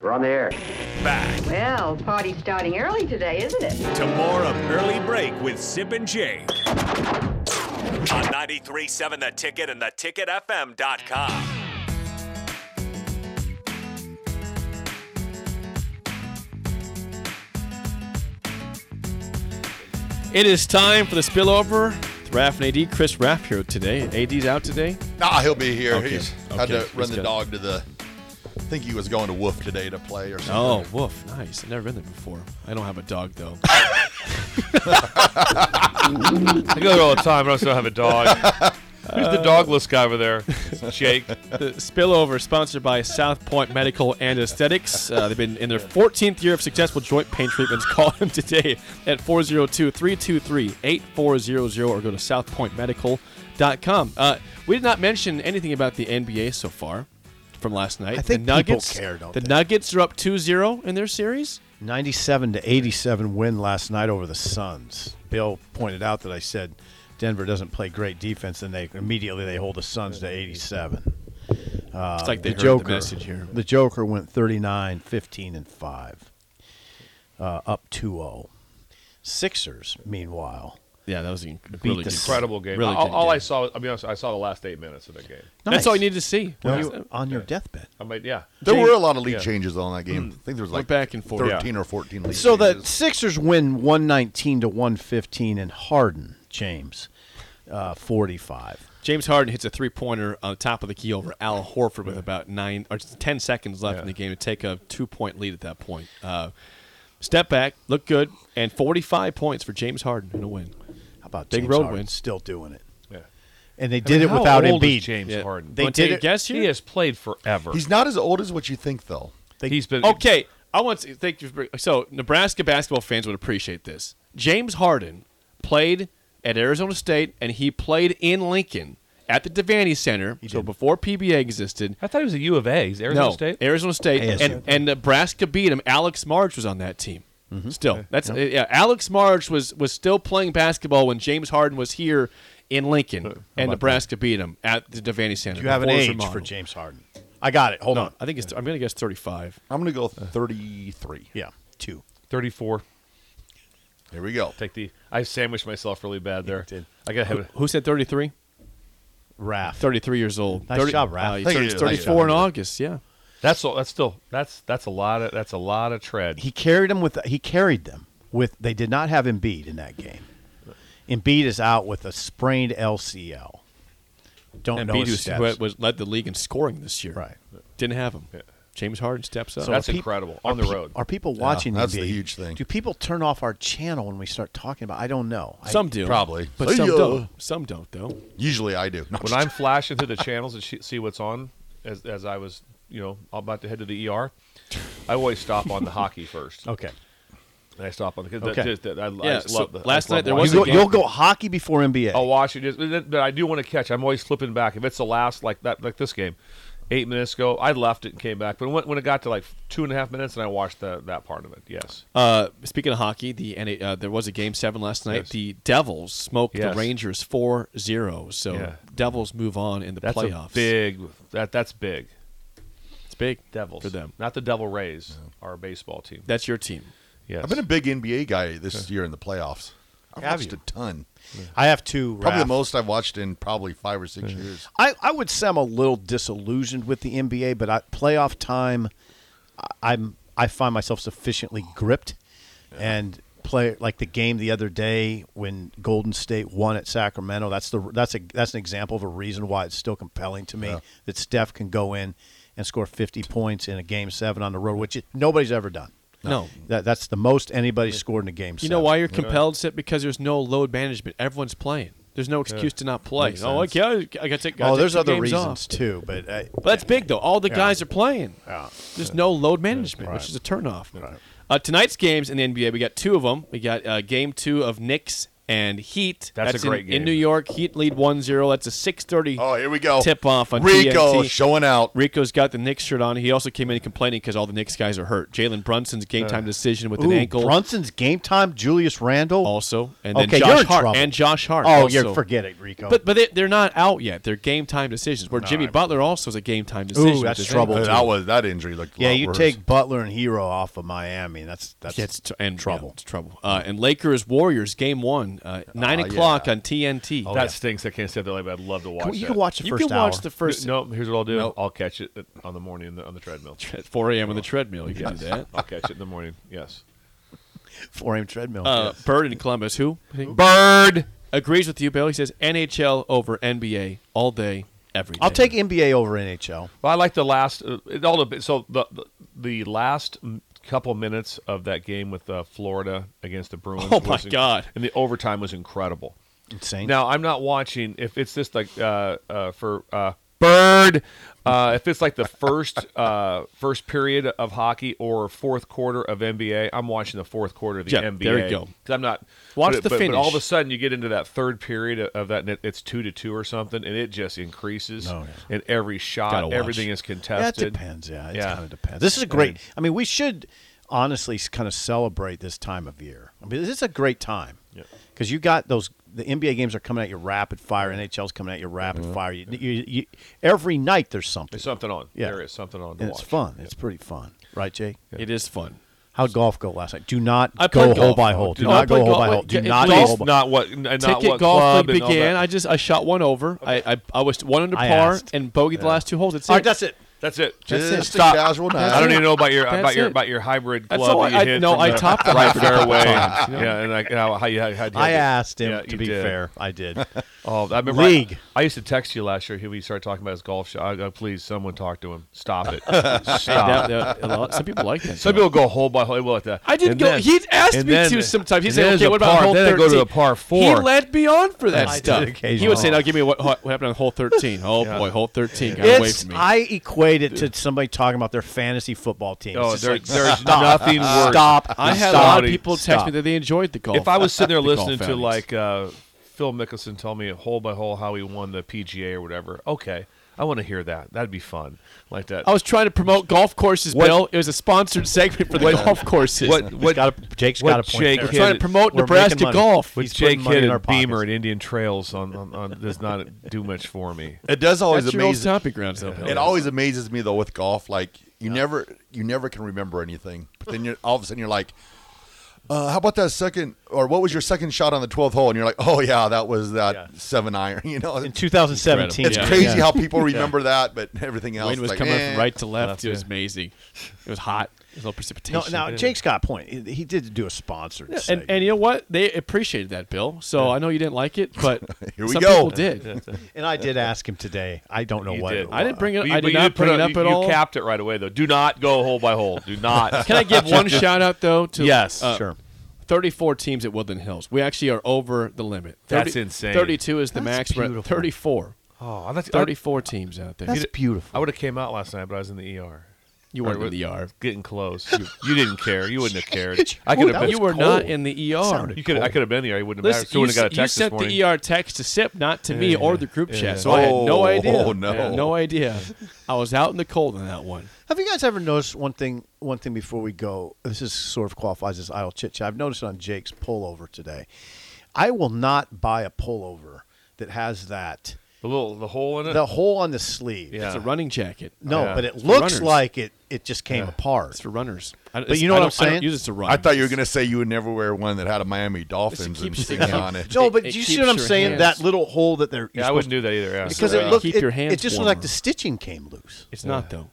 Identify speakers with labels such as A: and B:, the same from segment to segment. A: We're on the air.
B: Back
C: Well, party's starting early today, isn't it?
B: to more of Early Break with Sip and Jake. On 93.7 The Ticket and theticketfm.com.
D: It is time for the spillover. It's Raph and AD. Chris Raff here today. AD's out today.
E: Nah, he'll be here.
D: Okay.
E: He's had
D: Okay.
E: to
D: He's
E: run the
D: got-
E: dog to the. I think he was going to Woof today to play or
D: Oh,
E: something.
D: woof. Nice. I've never been there before. I don't have a dog, though.
F: I go there all the time, but I still have a dog. Who's the dogless guy over there? It's Jake.
D: the spillover is sponsored by South Point Medical and Aesthetics. Uh, they've been in their 14th year of successful joint pain treatments. Call them today at 402-323-8400 or go to southpointmedical.com. Uh, we did not mention anything about the NBA so far from last night.
G: I think
D: the
G: people
D: Nuggets,
G: care, don't
D: The
G: they?
D: Nuggets are up 2-0 in their series.
G: 97 to 87 win last night over the Suns. Bill pointed out that I said Denver doesn't play great defense, and they immediately they hold the Suns to 87.
D: it's like they
G: Uh, the
D: heard
G: Joker,
D: the message here.
G: the Joker went 39, 15, and five, uh, up 2-0. Sixers, meanwhile,
D: Yeah, that was a really good
G: Beat the
D: game.
F: Incredible game.
D: Really
F: all
D: good
F: all
D: game.
F: I saw, I'll be honest, I saw the last eight minutes of that game.
D: That's all you
G: Nice.
D: need to see.
G: When
D: Wow.
G: you were on your deathbed.
F: I mean, yeah.
E: There
D: Jane-
E: were a lot of lead
F: Yeah.
E: changes on that game. I think there was
D: Went
E: like
D: back and forth.
E: 13 or 14 lead
G: So the
E: changes.
G: Sixers win 119 to 115, and Harden James, uh, 45.
D: James Harden hits a three pointer on the top of the key over Al Horford with about nine or just ten seconds left in the game to take a two point lead at that point. Uh, step back, look good, and forty five points for James Harden in a win.
G: How about
D: Big
G: James
D: road
G: Harden
D: win.
G: still doing it?
F: yeah.
G: And they
F: I
G: did
F: mean,
G: it
F: how
G: without
F: old is
G: Embiid.
F: James
D: Yeah.
F: Harden.
G: They
D: Wanna
G: did
D: take a
G: it-
D: guess
F: he
D: here.
F: has played forever.
E: He's not as old as what you think, though.
F: he's been
D: Okay, I want to thank you. For, so Nebraska basketball fans would appreciate this. James Harden played at Arizona State, and he played in Lincoln at the Devaney Center. So before PBA existed,
F: I thought he was at U of A. He's Arizona
D: no,
F: State.
D: Arizona State,
G: ASU.
D: and and Nebraska beat him. Alex Marge was on that team.
G: Mm-hmm.
D: Still, that's uh, yeah. Alex Marge was was still playing basketball when James Harden was here in Lincoln, and Nebraska beat him at the Devaney Center.
G: Do you have an
D: before it was
G: age
D: remodeled.
G: for James Harden? I got it. Hold
D: No,
G: on.
D: I think it's. I'm gonna guess 35.
E: I'm going to go 33.
G: Yeah, two.
F: 34.
E: Here we go.
F: Take the. I sandwiched myself really bad there.
G: did.
F: I got to have it.
D: Who said 33?
G: Raph.
D: 33 years old.
G: Nice
D: 30
G: job, Ralph.
D: he's
E: Thank
D: 30
E: you.
D: 34 in
E: Nice job.
D: August. Yeah.
F: That's all. That's still. That's that's a lot of. That's a lot of tread.
G: He carried them with. He carried them with. They did not have Embiid in that game. Embiid is out with a sprained LCL. Don't
D: And
G: know
D: Embiid,
G: his
D: who's- who
G: status.
D: had- was led the league in scoring this year.
G: Right.
D: Didn't have him. James Harden steps up.
F: So that's
G: are peop-
F: incredible.
G: are
F: On the
G: pe-
F: road.
G: are people watching?
E: that's the
G: Embiid?
E: huge thing.
G: Do people turn off our channel when we start talking about? I don't know. I-
D: some do
E: probably.
D: but
E: See
D: some
E: ya.
D: don't. Some don't though.
E: Usually I do. No,
F: when I'm flashing through the channels and she, see what's on, as as I was, you know, about to head to the ER, I always stop on the hockey first.
G: Okay.
F: And I stop on the.
G: Okay.
F: Okay. Just, that- I,
D: Yeah,
F: I just
D: so
F: love the, I
D: last
F: just love
D: night there
G: You
D: was
F: watching
G: go,
D: a game-
G: you'll go hockey before NBA.
F: I'll oh, watch it. Just, but I do want to catch. I'm always flipping back. If it's the last, like that, like this game, eight minutes ago, I left it and came back. But when, when it got to like two and a half minutes, and I watched the, that part of it. Yes,
D: Uh, speaking of hockey, the NA, uh, there was a game seven last night.
F: Yes.
D: The Devils smoked
F: Yes.
D: the Rangers 4-0. So
F: Yeah.
D: Devils move on in the
F: that's a
D: playoffs.
F: big. That that's big.
D: it's big.
F: Devils
D: for them.
F: not the Devil Rays, our baseball team.
D: That's your team.
F: Yes,
E: I've been a big NBA guy this year in the playoffs. I've
G: Have
E: watched
G: you?
E: a ton.
G: I have two.
E: Probably the
G: Raph.
E: most I've watched in probably five or six years.
G: I, I would say I'm a little disillusioned with the NBA, but I, playoff time, I, I'm I find myself sufficiently gripped, and play like the game the other day when Golden State won at Sacramento. That's the that's a that's an example of a reason why it's still compelling to me that Steph can go in and score 50 points in a game seven on the road, which it, nobody's ever done.
D: No.
G: That, that's the most anybody scored in a game.
D: You
G: seven.
D: know why you're compelled, Sip? Because there's no load management. Everyone's playing. There's no excuse to not play.
E: Makes
D: Oh,
E: sense.
D: okay, I got to take. gotta
G: Oh,
D: take
G: there's
D: two
G: other
D: games
G: reasons
D: off.
G: too, but uh, I,
D: But that's big though. All the guys are playing. There's no load management,
G: Right.
D: which is a turnoff. Uh, tonight's games in the NBA, we got two of them. We got uh, game two of Knicks and Heat.
F: That's a
D: in-
F: great
D: in,
F: game.
D: New York. Heat lead 1-0. That's a 6:30.
E: Oh, here we go.
D: Tip off on
E: Rico
D: TNT.
E: showing out.
D: Rico's got the Knicks shirt on. He also came in complaining because all the Knicks guys are hurt. Jalen Brunson's game time decision with an
G: Uh, Ooh,
D: ankle
G: Brunson's game time. Julius Randle.
D: also, and then
G: Okay,
D: Josh
G: you're in
D: Hart
G: trouble.
D: and Josh Hart.
G: oh,
D: also.
G: you're forget it, Rico.
D: But but they, they're not out yet. They're game time decisions. Where Jimmy Butler also is a game time decision. with
G: that's
D: his
G: trouble.
D: ankle.
E: Uh, That was that injury looked. a
G: yeah,
E: lot
G: you
E: worse.
G: take Butler and Hero off of Miami. and That's that's
D: Yeah, it's tr- and trouble. it's trouble. Uh, and Lakers Warriors game one, uh,
G: Oh,
D: nine
E: yeah.
D: o'clock on TNT.
F: that stinks. I can't stay up that late, but I'd love to watch.
G: you
F: that.
G: can watch Oh, the
D: you
G: first
D: Oh, can watch
G: hour.
D: the first
F: No, here's what I'll do. I'll catch it on the morning on the treadmill.
D: at four a.m. on the treadmill. You can do that.
F: I'll catch it in the morning. Yes.
G: four AM treadmill.
D: Uh, Bird in Columbus, who
F: Bird.
D: agrees with you, Bill. He says NHL over NBA all day, every day.
G: I'll take NBA over NHL.
F: Well, I like the last. uh, It all dep- so the the, the last m- couple minutes of that game with uh, Florida against the Bruins.
D: Oh, my
F: was
D: God.
F: And the overtime was incredible.
G: Insane.
F: Now I'm not watching if it's just like uh, uh, for uh, Bird. Uh, if it's like the first uh, first period of hockey or fourth quarter of NBA, I'm watching the fourth quarter of the
D: Yeah,
F: NBA.
D: there you go.
F: 'Cause I'm not
D: Watch
F: but,
D: the
F: but,
D: finish.
F: But all of a sudden, you get into that third period of- of that, and it- it's two to two or something, and it just increases.
G: No, yeah.
F: And every
D: Gotta
F: shot,
D: watch.
F: uh, everything is
G: that
F: contested.
G: depends. Yeah, it
F: Yeah.
G: kind of depends. This is a great. I mean, we should honestly kind of celebrate this time of year. I mean, this is a great time because you got those. The NBA games are coming at you rapid fire. NHL's coming at you rapid fire. You, you, you, every night there's something.
F: Uh-huh. There's something on.
G: Yeah.
F: There is something on. To
G: and
F: watch.
G: it's fun. It's pretty fun, right, Jake?
D: It is fun.
G: How'd golf go last night? Do not
D: I
G: go
D: played
G: hole
D: golf.
G: by hole. Do
D: No, I
G: not go
D: played
G: hole
D: golf.
G: by hole.
D: Wait,
G: Do
D: yeah,
G: not
D: please,
G: go hole by
F: Not what. And not
D: Ticket
F: what
D: golf
F: club
D: league
F: and all
D: began.
F: that.
D: I just I shot one over. I, I I was one under
G: I
D: par
G: asked.
D: and bogeyed the last two holes. It's
G: All
D: it.
G: right, that's it.
F: That's it.
E: Just
D: it.
E: a
D: Stop.
E: casual night.
D: That's
F: I don't
D: it.
F: even know about your
D: That's
F: about your
D: it.
F: about your hybrid
D: That's
F: club.
D: all
F: that you
D: I-
F: hit
D: no,
F: from
D: I
F: the
D: topped the
F: right
D: hybrid a couple
F: fairway.
D: times, you know?
F: Yeah, and like how, how you had. had
G: I asked him
F: Yeah,
G: to
F: you
G: be
F: did.
G: fair. I did.
F: Oh, I remember.
G: League.
F: I, I used to text you last year. He- We started talking about his golf shot. I go, please, someone talk to him. Stop it.
G: Ah.
D: That-
F: Stop.
D: that- a lot- some people like that.
F: Some people go hole by hole. Well, at that.
D: I did
F: and
D: go.
F: then-
D: He asked
F: and
D: me
F: then-
D: to sometimes. He
F: and
D: said,
F: there's
D: "Okay,
F: a
D: what about
F: par-
D: hole
F: Then I
D: 13?
F: go to a par four.
D: He led me on for that
G: I did
D: stuff. He would
G: occasionally.
D: say, "Now give me what, what happened on hole 13. Oh boy, hole thirteen got away
G: It's,
D: from me.
G: I equate it to somebody talking about their fantasy football team.
F: Oh,
G: it's just
F: there-
G: like,
F: there's
G: stop,
F: nothing worse.
G: Stop.
D: I had a
G: stop,
D: lot of people text
G: stop.
D: me that they enjoyed the golf.
F: If I was sitting there
D: the golf
F: listening to
D: outings.
F: like uh, Phil Mickelson tell me hole by hole how he won the PGA or whatever, okay, I want to hear that. That'd be fun, like that.
D: I was trying to promote golf courses,
F: What-
D: Bill. It was a sponsored segment for the golf courses.
F: what
G: He's
F: what
G: got a, Jake's
F: what
G: got a point.
F: Jake
G: there.
F: hit
D: trying to
F: it-
D: promote
G: We're making
D: Nebraska
G: money.
D: golf.
G: He's
F: Jake
G: putting money
F: hit
G: in
F: a
G: our pockets.
F: Beamer at Indian Trails on, on, on does not do much for me.
E: It does always
D: That's your old
E: amaze.
D: stomping grounds, though, Bill.
E: It always amazes me though with golf. Like you never, you never can remember anything. But then you're all of a sudden you're like, uh, "How about that second? Or what was your second shot on the twelfth hole?" And you're like, "Oh yeah, that was that
G: Yeah.
E: seven iron." You know,
G: in 2017.
E: it's
D: yeah.
E: crazy
G: Yeah.
E: how people remember that, but everything else.
D: Wind was
E: like,
D: coming
E: eh.
D: from right to left.
F: Left,
D: It was
F: yeah.
D: amazing. It was hot. There's no precipitation.
G: No, now Jake's got a point. He he did do a sponsored.
D: and,
G: segment.
D: and you know what? They appreciated that, Bill. So I know you didn't like it, but
E: Here we
D: some people
E: go.
D: did.
G: And I did ask him today. I don't know
F: You
G: what.
F: did.
D: I didn't bring it.
F: But you-
D: I
F: but
D: did
F: you
D: not
F: put
D: bring it
F: a-
D: up
F: you-
D: at all.
F: You capped it right away though. Do not go hole by hole. Do not.
D: Can I give one shout out though to
F: Yes,
D: uh,
G: sure.
D: 34 teams at Woodland Hills. We actually are over the limit.
F: That's insane.
D: 32 is the
G: That's
D: max. We're at
G: beautiful.
D: 34.
F: Oh, I, thought-
D: 34 teams out there.
G: That's
F: I
G: beautiful.
F: would have came out last night, but I was in the ER.
D: you
F: Or
D: weren't in
F: was
D: the ER.
F: Getting close. You, you didn't care. You wouldn't have cared. I
G: Ooh,
F: could
G: that
F: have been.
D: You were not in the ER.
G: Sounded
F: E You could. I could have been there. It wouldn't have mattered.
D: Listen,
F: Still
D: you,
F: wouldn't have got a
D: s- you
F: text this
D: sent
F: morning.
D: the ER text to SIP, not to me or the group chat, so I had
E: Oh,
D: no idea.
E: no.
D: I had no idea. I was out in the cold on that one.
G: Have you guys ever noticed one thing? One thing before we go, this is sort of qualifies as idle chit chat. I've noticed it on Jake's pullover today. I will not buy a pullover that has that
F: The little the hole in it.
G: the hole on the sleeve.
F: Yeah.
D: It's a running jacket.
G: No,
F: Yeah.
G: but it
D: It's for
G: looks
D: runners.
G: like it. It just came apart.
D: It's for runners. I,
G: But you know what I'm
D: I
G: saying?
D: don't use it to run.
E: I thought you were gonna say you would never wear one that had a Miami Dolphins and
D: keeps-
E: singing
D: it keeps-
E: on it.
G: No, but
D: it
G: you
D: keeps
G: see what I'm
D: your
G: saying?
D: hands-
G: That little hole that they're you're
F: yeah, I wouldn't
G: supposed-
F: do that either. Yeah.
G: because
D: Yeah.
G: it looked
D: Keep
G: it,
D: your hands
G: it just looked
D: warmer.
G: like the stitching came loose.
D: It's not though.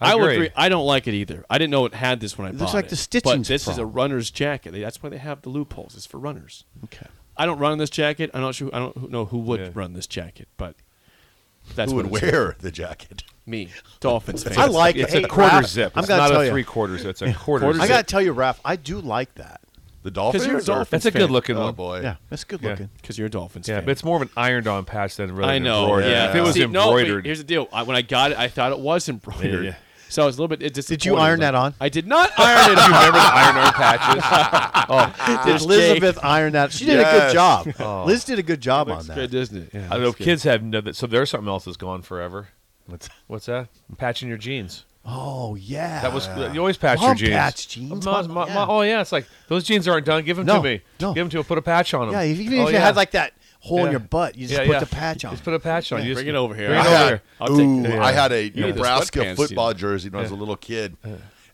F: I
D: I, would
F: agree.
D: agree. I don't like it either. I didn't know it had this when I
G: It
D: bought
G: looks like the
D: But
G: stitching's
D: this is a
G: problem.
D: runner's jacket. They- That's why they have the loopholes. It's for runners.
G: Okay.
D: I don't run in this jacket. I don't. Sure, I don't who- know who would
F: Yeah.
D: run this jacket, but that's
E: Who
D: what
E: would
D: it's-
E: wear the jacket?
D: me. Dolphins fan.
G: I like
F: It's
G: hey,
F: a quarter
G: Raph,
F: zip.
G: I'm
F: It's
G: gonna
F: not
G: tell
F: a
G: you.
F: three quarters. It's a quarter.
D: Quarter
F: zip.
G: I gotta tell you, Raph, I do like that.
E: The
D: because
E: Dolphins.
D: you're a
E: or-
D: Dolphins.
F: That's a good looking
E: Oh
F: one.
E: boy.
G: Yeah, that's good
F: Yeah.
G: looking.
D: Because you're a Dolphins
F: Yeah,
D: fan.
F: but it's more of an ironed-on patch than really.
D: I
F: an
D: know.
F: embroidered.
D: Yeah.
F: If it was
D: See, no, but
F: embroidered,
D: here's the deal. I, when I got it, I thought it was embroidered.
F: Yeah, yeah.
D: So it's a little bit. It
G: Did you iron that on?
D: I did not iron it. on.
F: Remember the iron arm patches?
D: Ah,
G: Did Elizabeth iron that? She did a
E: Yes.
G: good job. Liz did a good job on
D: Looks
G: that.
D: good, doesn't Oh. it? Yeah,
F: I don't know.
D: looks good.
F: Kids have no. So there's something else that's gone forever.
G: What's-
F: What's that? Patching your jeans.
G: Oh yeah,
F: That was you always patch
G: Mom
F: your jeans.
G: patched jeans.
F: Mom-
G: Mom-
F: mom-
G: yeah.
F: mom- oh yeah, it's like those jeans aren't done. Give them
G: No,
F: to me.
G: no.
F: Give them to. Put a patch on them.
G: yeah. Even if you had like that hole in
F: Oh, Yeah.
G: your butt, you just
F: Yeah,
G: put
F: yeah.
G: the patch on.
F: Just put a patch on. You just-
D: Bring it over here.
F: Bring it
E: I
F: over
E: had,
F: here.
D: I'll take-
E: ooh,
D: yeah.
E: I had a
D: You need the sweatpants,
E: Nebraska
D: you
E: football
D: know.
E: jersey when I was a little kid,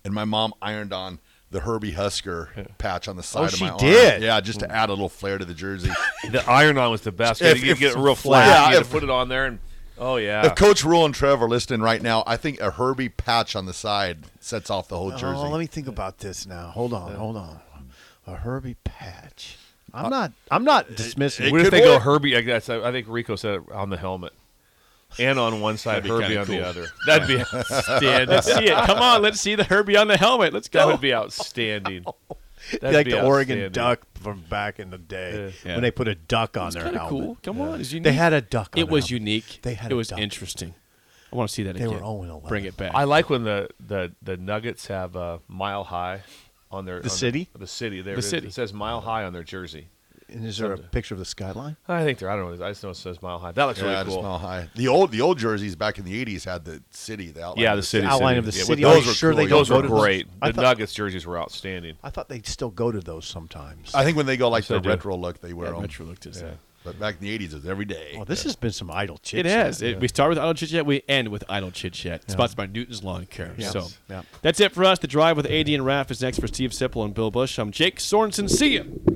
E: and my mom ironed on the Herbie Husker patch on the side of
G: she
E: my arm.
G: did?
E: Yeah, just to add a little flair to the jersey.
F: The iron on was the best. You
E: If-
F: had to get,
E: if-
F: get it real
E: flat.
F: flat.
E: Yeah,
F: you had
E: if-
F: to put it on there and oh yeah.
E: if Coach Rule and Trev are listening right now, I think a Herbie patch on the side sets off the whole jersey.
G: Oh, let me think about this now. Hold on, hold on. A Herbie patch. I'm not. I'm not dismissing.
E: it
F: what if
E: could
F: they go
E: work.
F: Herbie? I guess I, I think Rico said it on the helmet. And on one side,
D: be
F: Herbie
D: kinda
F: on the
D: cool.
F: other. That'd be outstanding.
D: Let's see it. Come on, let's see the Herbie on the helmet. Let's
F: That
D: go.
F: would be outstanding. That'd
G: Be like
F: be
G: the Oregon
F: outstanding.
G: duck from back in the day
D: Yeah.
G: when they put a duck on their
D: Kinda
G: helmet.
D: cool. Come on, it's unique.
G: They had a duck. On
D: It
G: their
D: was
G: helmet.
D: unique.
G: They had
D: it
G: a
D: was
G: duck.
D: interesting. I want to see that
G: They
D: again.
G: were 0-11.
D: Bring it back.
F: I like when the the the Nuggets have uh, mile high on their the
G: city?
F: the city there
D: The
F: it-
D: city.
F: it says mile high on their jersey.
G: And is there a picture of the skyline?
F: I think they're I don't know I just know it says mile high. That looks
E: yeah,
F: really
E: it's
F: cool.
E: mile high. The old the old jerseys back in the eighties had the city, the outline.
F: Yeah,
E: of
F: the city
G: outline
F: city.
G: of the
F: Yeah, but
G: city.
E: those
G: Are you
E: were
G: sure they
E: cool.
G: don't
F: Those
G: go
F: were
G: to
F: great.
G: I
F: The
G: thought,
F: Nuggets jerseys were outstanding.
G: I thought they'd still go to those sometimes.
E: I think when they go like
F: they
E: the
F: do.
E: retro look, they wear
D: Yeah,
E: them.
D: Metro looked at that.
E: But back in the eighties, it was every day.
G: oh, this has been some idle chit.
D: It has. It- We start with idle chit chat. We end with idle chit chat. Sponsored by Newton's Lawn Care. So
G: Yeah.
D: that's it for us. The drive with AD and Raph is next for Steve Sipple and Bill Bush. I'm Jake Sorensen. See you.